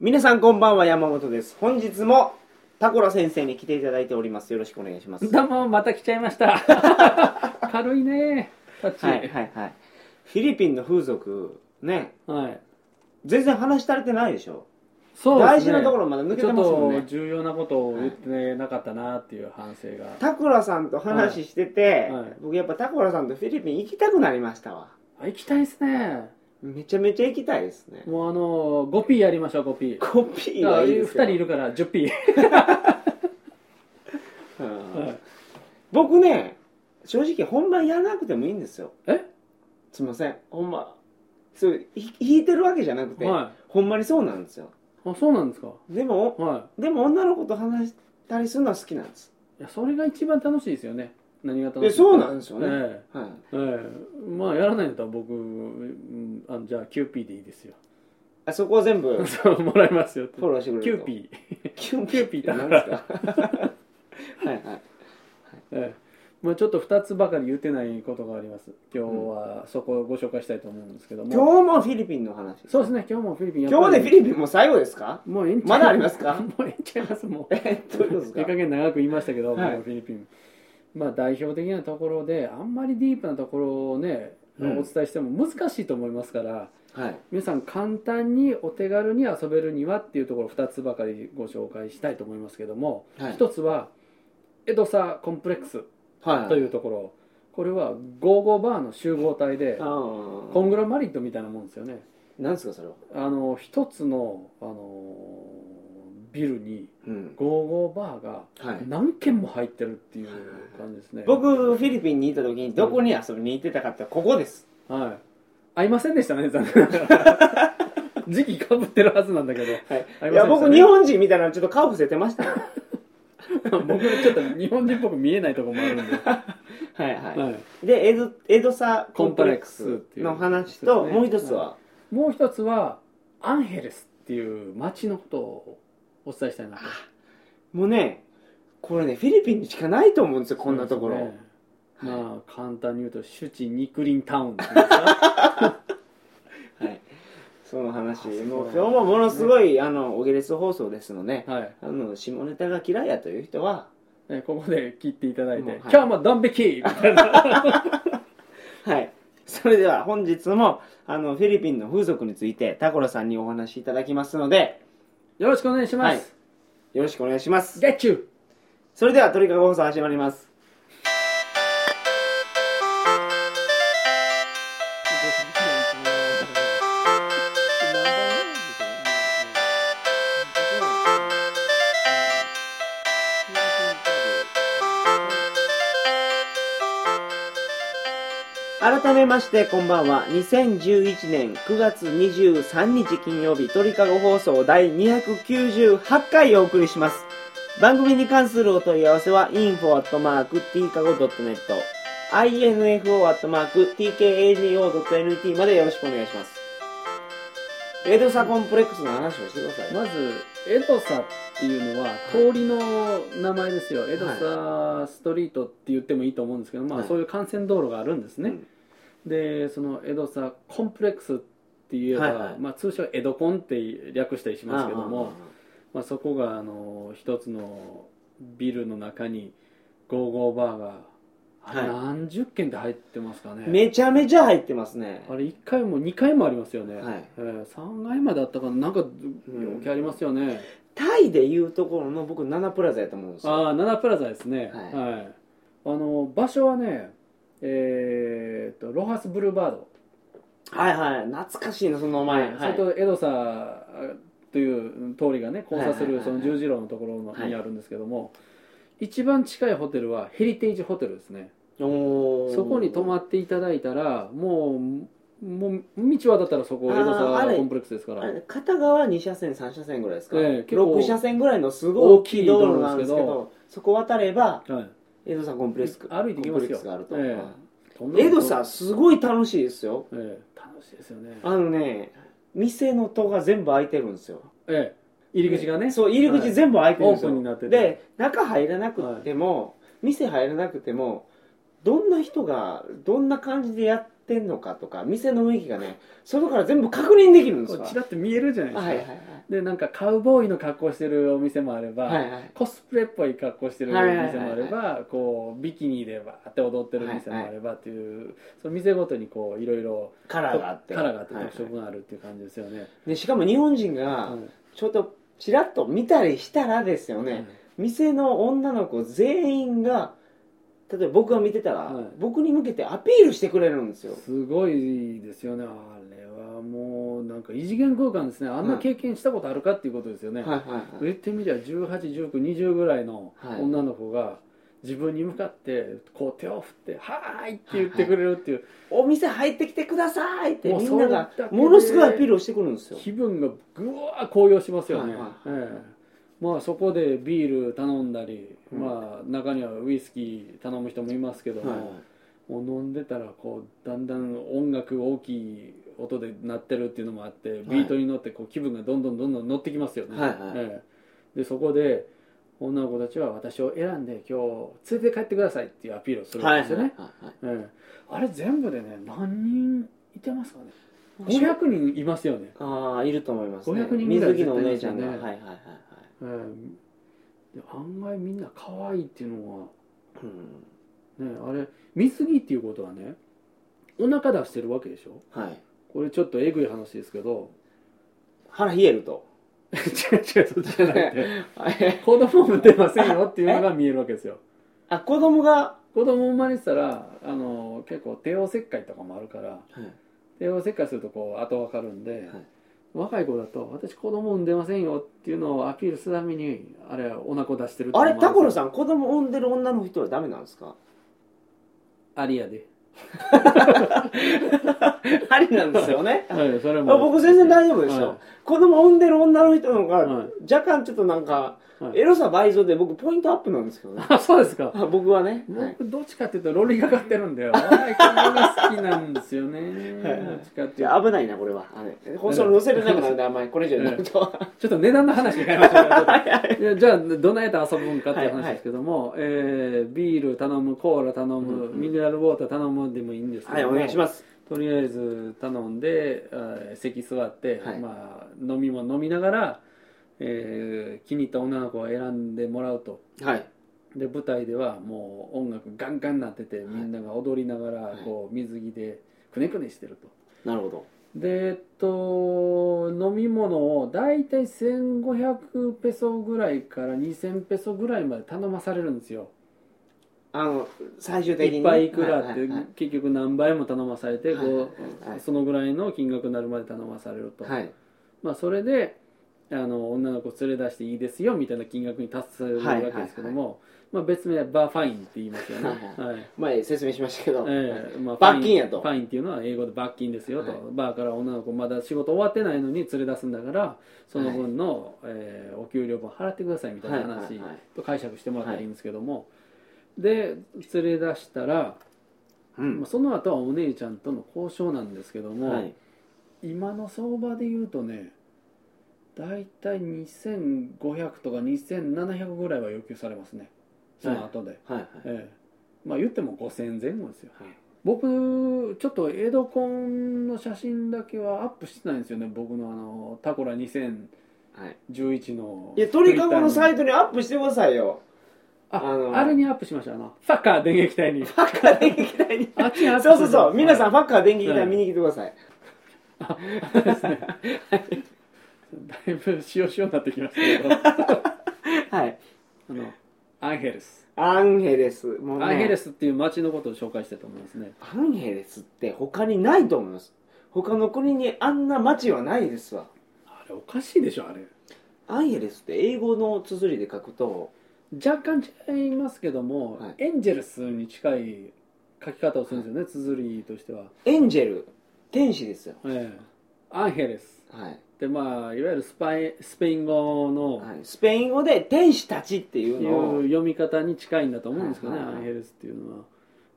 皆さんこんばんは山本です本日もタコラ先生に来ていただいておりますよろしくお願いしますどうもまた来ちゃいました 軽いねタッチはいはいはいフィリピンの風俗ねはい全然話し足りてないでしょそう大ですね事なところまだ抜けちてょっますもんとね重要なことを言ってなかったなっていう反省が、タコラさんと話してて、はいはい僕やっぱタコラさんとフィリピン行きたくなりましたわあ行きたいですねめちゃめちゃ行きたいですねもうあの 5P やりましょう 5P コピーはいいですよ2人いるから 10P、うんはい僕ね正直本番やらなくてもいいんですよえすいませんほんまそうひ弾いてるわけじゃなくて、はほんまにそうなんですよいあそうなんですかでもはでも女の子と話したりするのは好きなんですいいやそれが一番楽しいですよね何が楽しいえそうなんですよねえはいえええまあやらないんだったら僕、うん、あのじゃあ 9P でいいですよ あそこを全部そうもらいますよってフォローしてくれると 9P キュンキューピーだなかんでらすか はいはいええまあ、ちょっと2つばかり言ってないことがあります今日はそこをご紹介したいと思うんですけども、今日もフィリピンの話そうですね今日もフィリピンやっぱり今日でフィリピンも最後ですかもうええんちゃうまだありますか もうええんちゃいますもうえどういうことですええか加減長く言いましたけど、はいもうフィリピンまあ代表的なところであんまりディープなところをね、うんお伝えしても難しいと思いますからはい皆さん簡単にお手軽に遊べるにはっていうところ2つばかりご紹介したいと思いますけども、はい1つはエドサコンプレックスはいというところこれはゴーゴーバーの集合体でコあングラマリットみたいなもんですよね何ですかそれはあの一つのあのビルにうんゴーゴーバーがはい何軒も入ってるっていう感じですね僕フィリピンにいた時にどこに遊びに行ってたかってここですはい会いませんでしたね残念ながら時期かぶってるはずなんだけどはい会いませんでしたねいや僕日本人みたいなのちょっと顔伏せてましたは僕ちょっと日本人っぽく見えないところもあるんで、いはいはいでエドエドサココンンププレッレッククススの話とっていうもう一つは、もう一つはアンヘレスっていう街のことをお伝えしたいなともうねこれねフィリピンにしかないと思うんですよこんなところ、そうですねはいまあ簡単に言うと首知肉林タウンっていうんですかはい、その話あそうもう今日もものすごい、あのオゲレス放送ですのではいあの下ネタが嫌いやという人は、えここで切っていただいてもうは「い今日もドン引き!」みたいなはい、それでは本日もあのフィリピンの風俗についてタコラさんにお話しいただきますのでよろしくお願いします、よろしくお願いしますゲッチューそれでは鳥かご放送始まります改めましてこんばんは2011年9月23日金曜日鳥かご放送第298回お送りします番組に関するお問い合わせは info.tkago.net info.tkago.net までよろしくお願いしますエドサコンプレックスの話をしてください、まずエドサっていうのは通りの名前ですよ、エドサストリートって言ってもいいと思うんですけど、まあ、はいそういう幹線道路があるんですね、でその江戸さコンプレックスって言えば、はいはいまあ、通称江戸コンって略したりしうんますけどあもまあ、そこがあの一つのビルの中にゴーゴーバーが、あはい何十軒で入ってますかあねめちゃめちゃ入ってますねあれ1回も2回もありますよね、はいえ3階まであったかななんかん余計ありますよね、タイでいうところの僕7プラザやと思うんですよああ7プラザですねはいあの場所はねえーっとロハスブルーバードはいはい懐かしいなその名前、はいそれと江戸さという通りがね交差すはいるはいはいはそいの十字路のところのはいにあるんですけども、一番近いホテルはヘリテージホテルですねおそこに泊まっっていただいたらもうもう道渡ったらそこあー江戸あれ沢コンプレックスですからあれ片側2車線3車線ぐらいですか、ええ結構6車線ぐらいのすごい大きい道路なんですけど大きい道そこ渡ればはい江戸さんコンプレックス歩いてきまコンプレすよックスがあると、えとんでも江ない戸さんすごい楽しいですよええ楽しいですよねあのね店の戸が全部開いてるんですよええ入り口がねそう入り口全部開いてるんですよ、はいオープンになっててで中入らなくても、店入らなくてもどんな人がどんな感じでやっってんのかとか店の雰囲気がね外から全部確認できるんですこわうちらって見えるじゃないですか、はいはいでなんかカウボーイの格好してるお店もあれば、はいはいはいコスプレっぽい格好してるお店もあれば、こうビキニでバーって踊ってる店もあればっていう、その店ごとにこういろいろカカラーがあってラーがあってはい特色があるっていう感じですよね。でしかも日本人がうんちょっとちらっと見たりしたらですよね、店の女の子全員が例えば僕が見てたら、はい僕に向けてアピールしてくれるんですよすごいですよね。あれはもうなんか異次元空間ですね。あんな経験したことあるかっていうことですよね。はいはいはい言ってみりゃ18、19、20ぐらいのはい女の子が自分に向かってこう手を振って「はーい!」って言ってくれるっていうお店入ってきてくださいってもうみんながそれだけでものすごいアピールをしてくるんですよ気分がぐわー高揚しますよね、はいはいええまあそこでビール頼んだり、うんまあ中にはウイスキー頼む人もいますけども、はいもう飲んでたらこうだんだん音楽大きい音で鳴ってるっていうのもあってビートに乗ってこう気分がどんどんどんどん乗ってきますよね、はいはいええでそこで女の子たちは私を選んで今日連れて帰ってくださいっていうアピールをするんはいですよね、ええあれ全部でね何人いてますかね500人いますよねああいると思います、ね、 500人ぐらい水着のお姉ちゃんが、絶はいは対いはいはい、えーで案外みんな可愛いっていうのは、うんね、あれ水着っていうことはねお腹出してるわけでしょはい、これちょっとえぐい話ですけど腹冷えると 違う違うそっちじゃなくてはい子供産んでませんよっていうのが見えるわけですよあ子供が、 子供生まれてたらあの結構帝王切開とかもあるから帝王切開するとこう後分かるんで、はい若い子だと私子供産んでませんよっていうのをアピールするためにあれお腹出してるっていうあのれもタるコロんですよさん子供産んでる女の人はダメなんです かありやでありなんですよねはいそ れあ僕全然大丈夫ですよはい子供産んでる女の人の方がは若干ちょっとなんかはいエロさ倍増で僕ポイントアップなんですけどねあ そうですかあ僕はね、はい僕どっちかっていうとロリがかってるんだよ笑い方が好きなんですよねはいはいどっちかっていいうやと危ないなこれはあれ放送に載せれなくなるんであんまりこれ以上になるとはちょっと値段の話に変えましょ うかいはい いやじゃあどないと遊ぶんかっていう話ですけども、えービール頼むコーラ頼む、うんうんミネラルウォーター頼むでもいいんですけどはいお願いしすますとりあえず頼んで、えー席座って、はいまあ、飲みも飲みながら、えー気に入った女の子を選んでもらうとはいで舞台ではもう音楽ガンガンなってて、いみんなが踊りながらはいこう水着でくねくねしてると。なるほどでえっと飲み物を大体1500ペソぐらいから2000ペソぐらいまで頼まされるんですよ。あの最終的にいっぱいいくらっはいてはいはい結局何倍も頼まされてはいこはいうそのぐらいの金額になるまで頼まされると。はいまあ、それであの女の子連れ出していいですよみたいな金額に達するわけですけども、まあ、別名はバーファインって言いますよね。はいはい前説明しましたけど、ええまあ、罰金やとファインっていうのは英語で罰金ですよと、はいバーから女の子まだ仕事終わってないのに連れ出すんだからその分の、えーお給料分払ってくださいみたいなはいはい話はいと解釈してもらったらいいんですけども、で連れ出したら、うまあんその後はお姉ちゃんとの交渉なんですけども、はい今の相場で言うとね大体2500とか2700ぐらいは要求されますねその後で、はいはいええまあ言っても5000前後ですよはい僕ちょっと江戸コンの写真だけはアップしてないんですよね僕のあのタコラ2011はいのいや鳥かごのサイトトにアップしてくださいよああのあれにアップしましたあのサッカー電撃隊にファッカー電撃隊にあっちにアップしそまうしたそうそう皆さはんファッカー電撃隊見に来てくださいいですねだいぶしおしおになってきましたけどはいあのアンヘルスアンヘレスもうねアンヘレスっていう街のことを紹介したいと思いますねアンヘレスって他にないと思います他の国にあんな街はないですわあれおかしいでしょあれアンヘレスって英語の綴りで書くと若干違いますけども、はいエンジェルスに近い書き方をするんですよね、綴りとしては、エンジェル天使ですよええアンヘレスはい、でまあいわゆるスパイスペイン語の、はい、スペイン語で天使たちっていいうのをう読み方に近いんだと思うんですけどね、はいはいはいアンヘレスっていうのは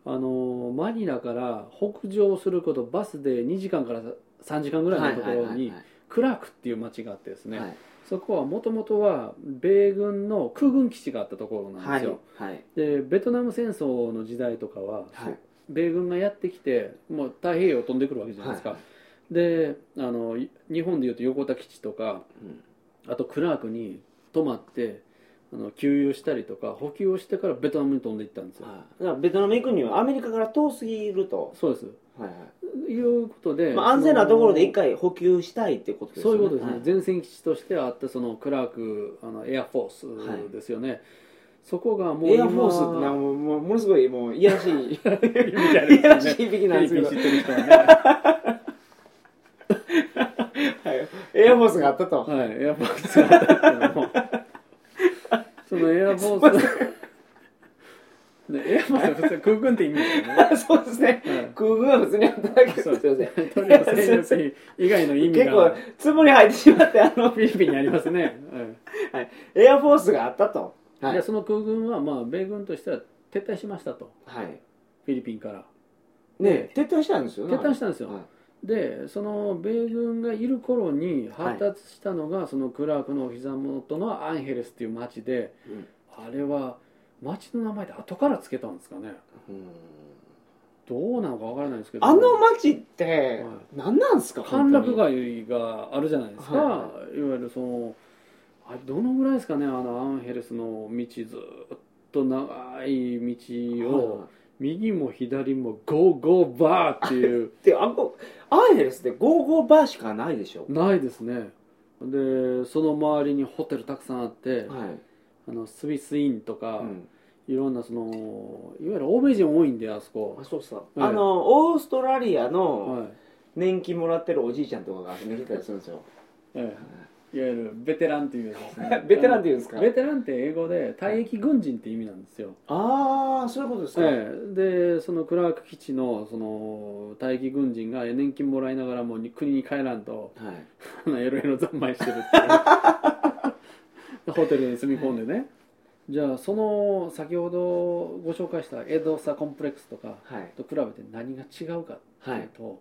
あのマニラから北上することバスで2時間から3時間ぐらいのところにクラークっていう町があってですね、はいそこはもともとは米軍の空軍基地があったところなんはですいよ、はいでベトナム戦争の時代とかは、はい米軍がやってきてもう太平洋を飛んでくるわけじゃないですか、はであのい日本でいうと横田基地とかあとクラークに泊まってあの給油したりとか補給をしてからベトナムに飛んでいったんですよ、だからベトナム行くにはアメリカから遠すぎると、そうですはいはいうことで、いまあ、安全なところで一回回補給したいってことですよそういねうことですね、はい前線基地としてあったそのクラークあのエアフォはーいスですよね、そこがもうエアフォースってなんかもうもうものすごいもういやら しいいみたいやならですしね い響きなんですけどフィリピン知ってる人はねはいエアフォースがあったと、 はい、エアフォースがあったんですけどもそのエアフォースねエアフォースは普通空軍って意味ですよね、はそうですねい空軍は普通に働けそどうすいません トリオ戦力員以外の意味結構がつぼに入ってしまってあの フィリピンにありますね、はいエアフォースがあったとはでい、その空軍は、まあ、米軍としては撤退しましたとはい、フィリピンからね撤退したんですよね撤退したんですよ、はいでその米軍がいる頃に発達したのが、そのクラークのお膝元のアンヘレスっていう町でうんあれは町の名前で後からつけたんですかねうんどうなのかわからないですけどあの町っては何なんですか歓楽本街があるじゃないですか、、はいわゆるそのあれどのぐらいですかねあのアンヘレスの道ずっと長い当に道を、はい右も左もゴーゴーバーっていう であこアンヘレスってゴーゴーバーしかないでしょないですねでその周りにホテルたくさんあって、はい、あのスイスインとか、うんいろんなそのいわゆる欧米人多いんであそこあ、そうさ、ええあのオーストラリアのはい年金もらってるおじいちゃんとかが遊びに来たりするんですよええいわゆるベテランっていうやつですね ベテランっていうんですかベテランって英語で退役軍人って意味なんですよ、ああそういうことですか、ええ、でそのクラーク基地のその退役軍人が年金もらいながらも国に帰らんと はいあのエロエロ三昧してるっていう ホテルに住み込んでねじゃあその先ほどご紹介したエドサコンプレックスとかはいと比べて何が違うかってはいいうと、も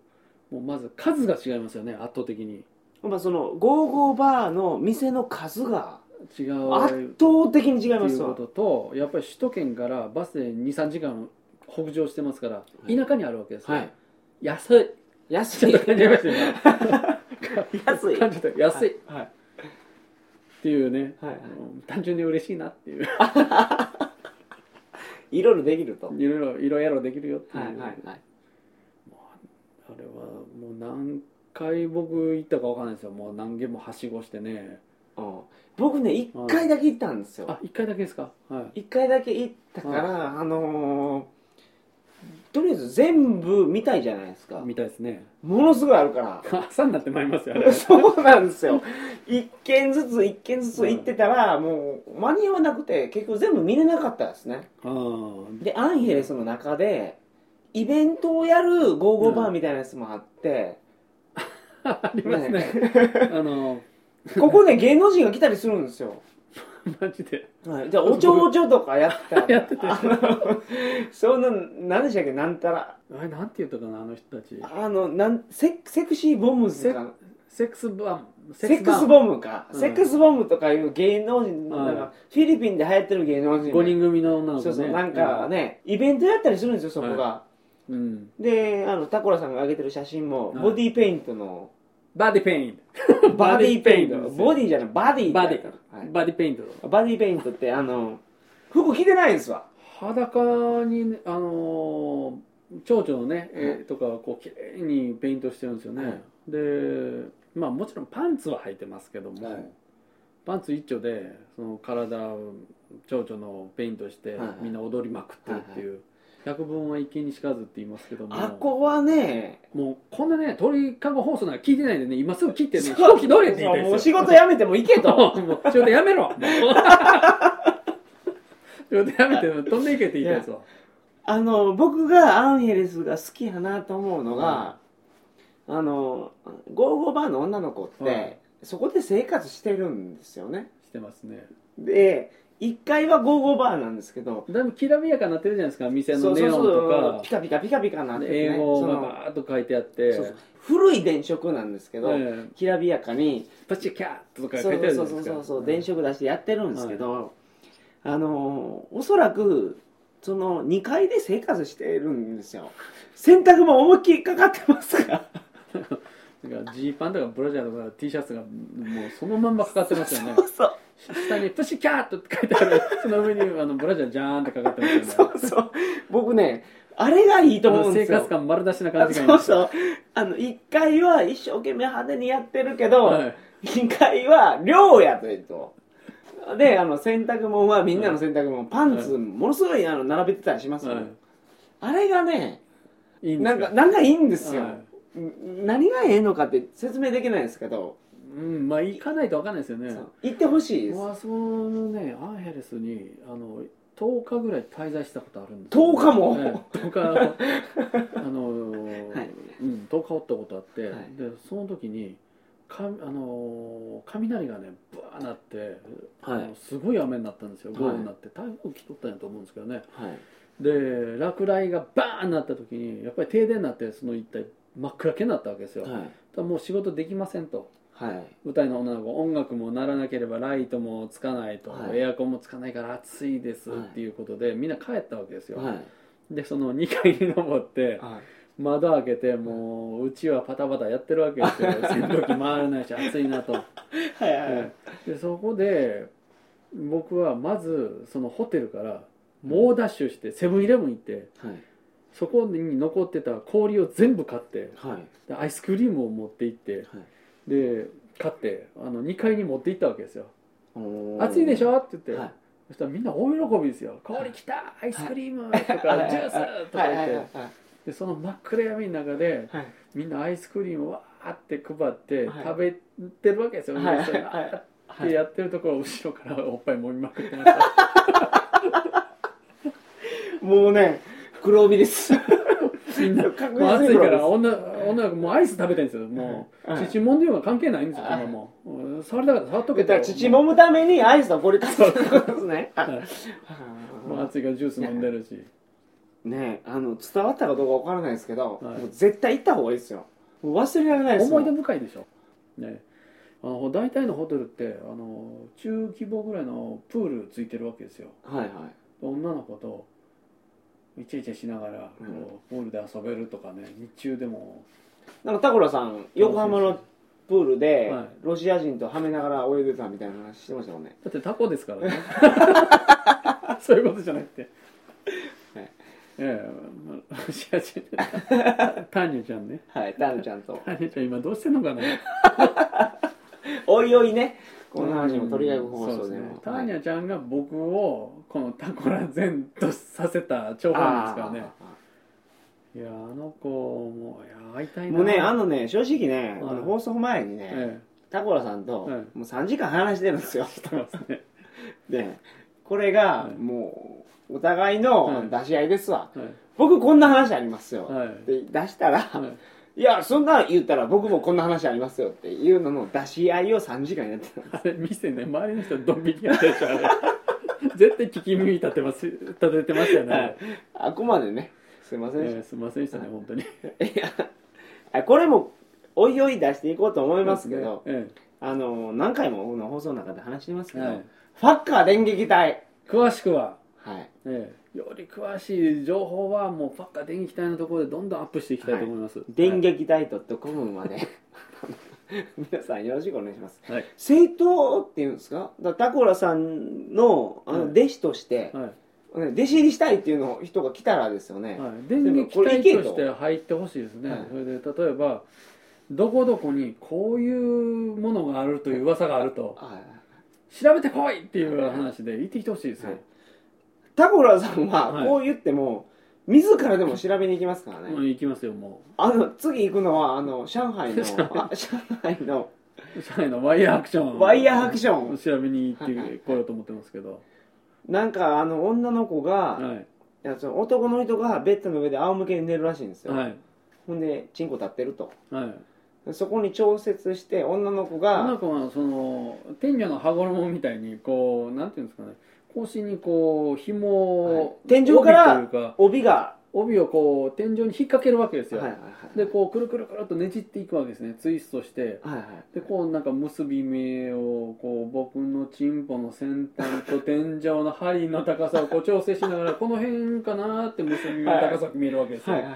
うまず数が違いますよね圧倒的にまあそのゴーゴーバーの店の数が違う圧倒的に違いってまいうすこわととやっぱり首都圏からバスで23時間北上してますからい田舎にあるわけですよ、はい安い安ちょいっと感じましたよ安い感じた安いっはいていうね、はいはうん単純に嬉しいなっていういいろいろできるといろいろいろやろできるよっていはう、いはいはいあれはもう何回僕行ったかわかんないですよもう何軒もはしごしてねうん僕ね一回だけ行ったんですよあ一回だけですかはい一回だけ行ったからあのーとりあえず全部見たいじゃないですかみたいですねものすごいあるから朝になってまいりますよあ れそうなんですよ一軒ずつ一軒ずつ行ってたらもう間に合わなくて結局全部見れなかったですねあーでアンヘレスの中でイベントをやるゴーゴーバーみたいなやつもあって、ありますねあのここね芸能人が来たりするんですよ、マジではい、じゃあおちょおちょとかやって たやっててあのその何でしたっけなんたらあれなんて言ったかなあの人たちあのなんセセクシーボムズかセックスバンセックスバボムか、うんセックスボムとかいう芸能人、はいなんかフィリピンで流行ってる芸能人5人組の女の子そうねそうなんかね、イベントやったりするんですよそこが、うんであのタコラさんが上げてる写真も、はいボディーペイントのバディペインバディペイント。ボボディじゃない、バディ。バディはいバディペイントバディペイントって、あの、服着てないんですわ。裸にねあのー蝶々のねは絵とかをこう綺麗にペイントしてるんですよね、はいでまあもちろんパンツは履いてますけども、はいパンツ一丁でその体を蝶々のペイントして、はいはいみんな踊りまくってるっていう、百聞は一見にしかずって言いますけどもあこはね、もうこんなね鳥かご放送なんか聞いてないんでね今すぐ切ってねそう飛行機乗れって言いたいもうです仕よ事辞めても行けと。 もう仕事やめろもう仕事やめて飛んでいけって言いたいですわあの、僕がアンヘレスが好きやなと思うのが、あの、ゴーゴーバーの女の子って、はいそこで生活してるんですよね。してますねで、1階はゴーゴーバーなんですけど、だいぶきらびやかになってるじゃないですか店そのうそネうオンそうとピかカピカピカピカなってて、ね、英語そがのバーッと書いてあってそうそう古い電飾なんですけど、ええきらびやかに、パチキャットとかそ書ういてあるじそゃうなそいでうすかそうそう電飾出してやってるんですけど、あのーおそらくその2階で生活してるんですよ洗濯も思いっきりかかってますからだからジーパンとかブラジャーとか T シャツがもうそのまんまかかってますよね そうそう下に「プシキャート」って書いてあるその上にあのブラジャージャーンってかかってますよねそうそう僕ねあれがいいと思うんで生すよ活感丸出しな感あじがいいそうそううあの1階は一生懸命派手にやってるけど、はい2階は寮やというとであの洗濯物はみんなの洗濯物、パンツ、はものすごいあの並べてたりしますよ、はあれがねいいいんでなすんかかなんかいいんですよ、はいん何がええのかって説明できないですけど、うんまあ行かないと分かんないですよねそう行ってほしいです僕はそのねアンヘレスにあの10日ぐらい滞在したことあるんですよ10日もね10日 あのー、はいうん、10日おったことあって、いでその時にかあのー雷がねブワーなって、はいあのすごい雨になったんですよはい豪雨になって、台風来とったんやと思うんですけどねはいで落雷がバーンなった時にやっぱり停電になってその一帯真っ暗けになったわけですよ、はいだからもう仕事できませんと、はい歌いの女の子音楽もならなければライトもつかないと、はいエアコンもつかないから暑いですはいっていうことで、みんな帰ったわけですよ、はいでその2階に登って はい窓開けてもううちはパタパタやってるわけですよ扇風機回らないし暑いなと、はいはいでそこで僕はまずそのホテルから猛ダッシュしてセブンイレブン行ってそこに残ってた氷を全部買ってはいでアイスクリームを持って行ってはいで買ってあの2階に持って行ったわけですよおー暑いでしょって言って、はいそしたらみんな大喜びですよ「氷きたアイスクリーム!」とか「はいジュース!」とはかい言はっいて、はいはいでその真っ暗闇の中ではいみんなアイスクリームをわーって配ってはい食べてるわけですよ、はい皆さんはいはいわーっはていやってるところ後ろからおっぱい揉みまくってましたもうね黒帯です みんなも確う実暑にい黒かでらす女女の子もうアイス食べてるんですよもう、はい乳もんでようが関係ないんですよ、はい今もううん触りたかったら触っとけだかとら父もむためにアイスのこれ買 ってたんです ね。いもうは暑いからジュース飲んでるしいねあの伝わったかどうかわからないですけど、はいもう絶対行った方がいいですよ。もう忘れられないですよ。思い出深いでしょ、ね、あの大体のホテルってあの中規模ぐらいのプールついてるわけですよはいはい女の子とイチャイチャしながらうんこうプールで遊べるとかね日中でもなんか田倉さん横浜のプールで、はいロシア人とはめながら泳いでたみたいな話してましたもんね。だってタコですからね そういうことじゃなくてねええまあ ロシア人ターニャちゃんねはいタルちゃんとターニャちゃん今どうしてんのかなおいおい ねこの話も取り上げ放送でそうすもね。ターニャちゃんが僕をこのタコラ全とさせた張本ですからねあーいやあの子もいや会いたいなもうね、あのね、正直ね、はいあの放送前にね、えタコラさんと、はいもう3時間話してるんですよ。えしてますねで、これがは、いもう、お互いはのい出し合いですわ。はい僕、こんな話ありますよ。はいで出したら、はいい、や、そんなん言ったら僕もこんな話ありますよっていうのの出し合いを3時間やってた。あれ店ね周りの人ドン引きやってるでしょあれ 絶対聞き耳立てます立ててますよね、はいあくまでね、すいませんでしたええすいませんでしたね本当にいやあこれも、おいおい出していこうと思いますけど、えあの、何回も僕の放送の中で話してますえけど、はいファッカー電撃隊。詳しくははい。ええより詳しい情報はもうパッカ電気隊のところでどんどんアップしていきたいと思います、電撃ダイトットコムまで皆さんよろしくお願いしますはい政党っていうんですかだからタコラさんのあのはい弟子として、はい、ね弟子入りしたいっていうの人が来たらですよね、はい、電撃隊として入ってほしいですね、はいそれで例えばどこどこにこういうものがあるという噂があるとあ調べてこいっていう話で言ってきてほしいですよ、はいタコラさんははいこう言っても、自らでも調べに行きますからね、もう行きますよもあの次行くのはあの上海 のあ上海のう社内のワイヤーアクションワイヤーアクション、調べに行ってこようと思ってますけど、なんかあの女の子が、はいいやその男の人がベッドの上で仰向けに寝るらしいんですよ、はいほんでチンコ立ってるとはいそこに調節して女の子女のが子はその天女の羽衣みたいにこうなんていうんですかね腰にこう紐を、はい天井から帯というか帯が帯をこう天井に引っ掛けるわけですはいよ、はいはいでこうくるくるくるっとねじっていくわけですねツイストしてはいはいでこうなんか結び目をこう僕のチンポの先端と天井の針の高さをこう調整しながらこの辺かなーって結び目の高さが見えるわけですよ、はいはい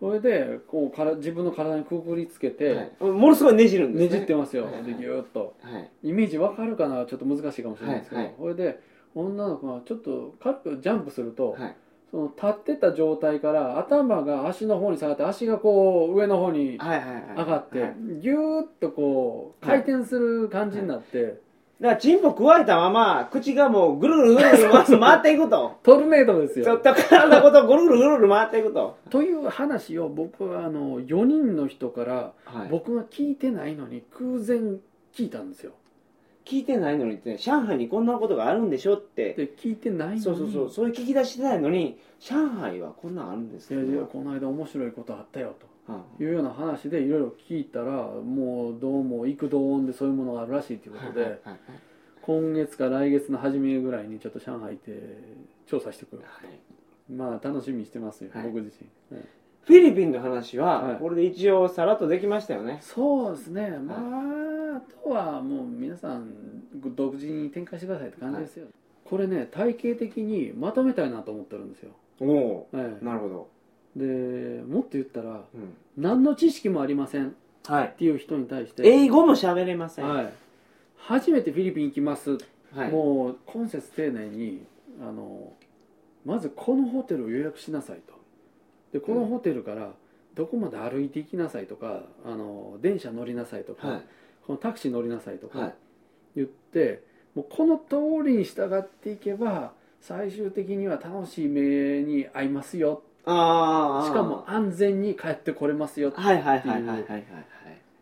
それでこうから自分の体にくくりつけて、はい、ものすごいねじるんでねすねじってますよ、はいでギューッとはいイメージわかるかなちょっと難しいかもしれないですけど、はいはいこれで女の子がちょっと軽くジャンプすると、はいその立ってた状態から頭が足の方に下がって足がこう上の方にはいはいはい上がって、はいだかギューッとこう回転する感じになって、らチンポ食われたまま口がもうぐるぐるぐるぐる回す回っていくとトルネードですちょよっと体ごとぐるぐるぐるぐる回っていくとという話を僕はあの4人の人からは僕が聞いてないのに偶然聞いたんですよ聞いてないのにって上海にこんなことがあるんでしょってで聞いてないのにそうそうそうそういう聞き出してないのに上海はこんなんあるんですけいやどいやこの間面白いことあったよとはいうような話でいろいろ聞いたらもうどうも幾度音でそういうものがあるらしいということいはいで今月か来月の初めぐらいにちょっと上海で調査してくるはいまあ楽しみにしてますよ、はい僕自身、はいフィリピンの話ははいこれで一応さらっとできましたよねそうですねまああとはもう皆さん独自に展開してくださいって感じですよ、これね体系的にまとめたいなと思ってるんですよ、おおええなるほど、でもっと言ったらうん何の知識もありませんっはい、ていう人に対して英語も喋れません、はい、初めてフィリピン行きます、はいもう今節丁寧にあのまずこのホテルを予約しなさいとでこのホテルからどこまで歩いて行きなさいとかあの電車乗りなさいとか、はいこのタクシー乗りなさいとはかい言って、もうこの通りに従っていけば最終的には楽しい目に合いますよああしかも安全に帰ってこれますよはいはいはいはいはいはいはい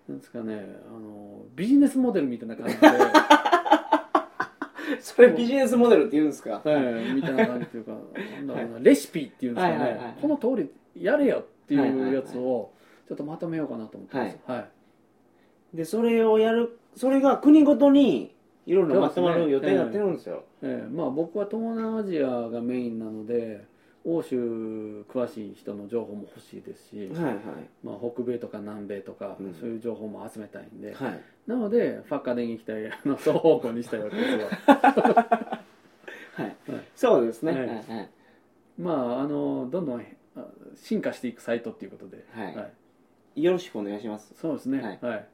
なんですかねあのビジネスモデルみたい な感じで。それビジネスモデルって言うんですかはい、みたいな感じというか、なんだろうな、レシピっていうんですかね、はいはいはいこの通りやれよっていうやつを、ちょっとまとめようかなと思ってます。はい。でそれをやるそれが国ごとにいろいろまとまそるうですね予定になってるんですよえーまあ、僕は東南アジアがメインなので、欧州詳しい人の情報も欲しいですし、はいはいまあ、北米とか南米とか、うんそういう情報も集めたいんで、はいなので、ファッカでに行きたい、あの、双方向にしたいわけですよ。はいそうですねははいいはいまあ、あの、どんどんあ進化していくサイトっていうことで、はいよろしくお願いしますそうですね。はいはい。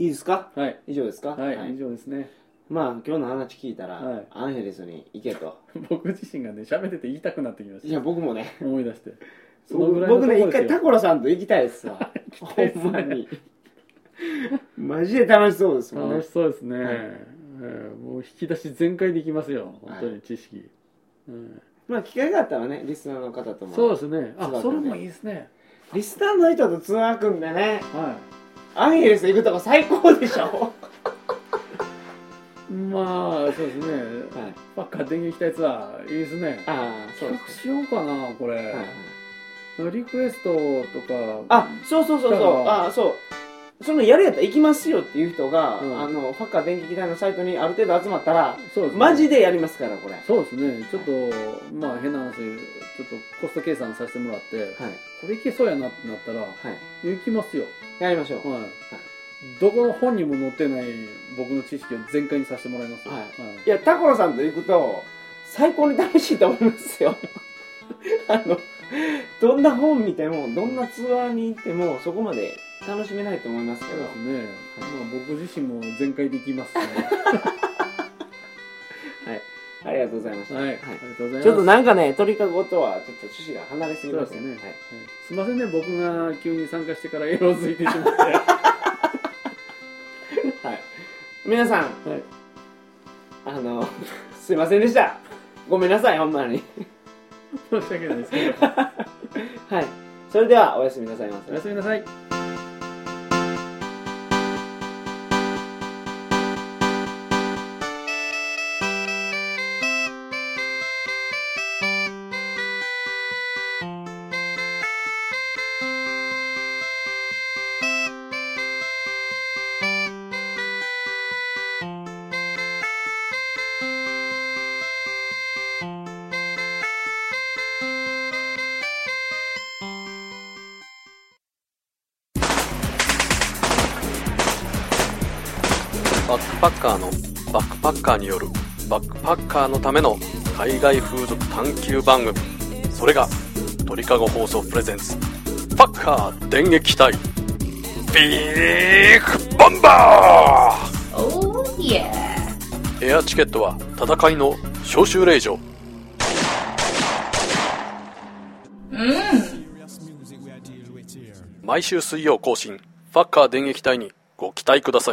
いいですかはい。以上ですかはい、以上ですね。 まあ今日の話聞いたら、はいアンヘレスに行けと僕自身がね喋ってて言いたくなってきまいしや僕もねた思い出してそのぐらいの僕ねとこ一ですよ回タコラさんと行きたいです わきたいっすねほんまに マジで楽しそうですもん楽ねしそうですね、はいえーもう引き出し全開できますよ本当に知識、うんまあ機会があったらねリスナーの方ともそうですねあそうだねそれもいいですねリスナーの人とツアー組んでねはアンヘレス行くとこ最高でしょいまあそうですね、はいまあ勝手に行きたいツアーいいですねああそう企で画すしようかなこれ、ね、はいはいリクエストとかあそうそうそうだかそうらあそうそのやるやったら行きますよっていう人が、うんあのファッカー電気機体のサイトにある程度集まったらそうですねマジでやりますからこれはいそうですねちょっとまあ変な話ちょっとコスト計算させてもらって、これいけそうやなってなったらはい行きますよやりましょう、はい、どこの本にも載ってない僕の知識を全開にさせてもらいますよはいいや、タコロさんと行くと、最高に楽しいと思いますよ。 あの、どんな本見ても、どんなツアーに行っても、そこまで楽しめないと思いますけそうどで。すね、まあ、僕自身も全開できますねありがとうございました。はい、はいありがとうございますちょっとなんかね、鳥かごとは、ちょっと趣旨が離れすぎそうまですすね。ね、はいはいすいませんね僕が急に参加してからエロついてしまってははい。皆さん、いあの、 すいませんでした。ごめんなさい、ほんまに。申し訳ないですけどはい。それでは、おやすみなさいませおや。すみなさいバックパッカーのバックパッカーによるバックパッカーのための海外風俗探求番組それが鳥かご放送プレゼンツパッカー電撃隊ビーグボンバー Oh yeah. エアチケットは戦いの招集令状 serious music we are dealing with here. 毎週水曜更新ファッカー電撃隊にご期待ください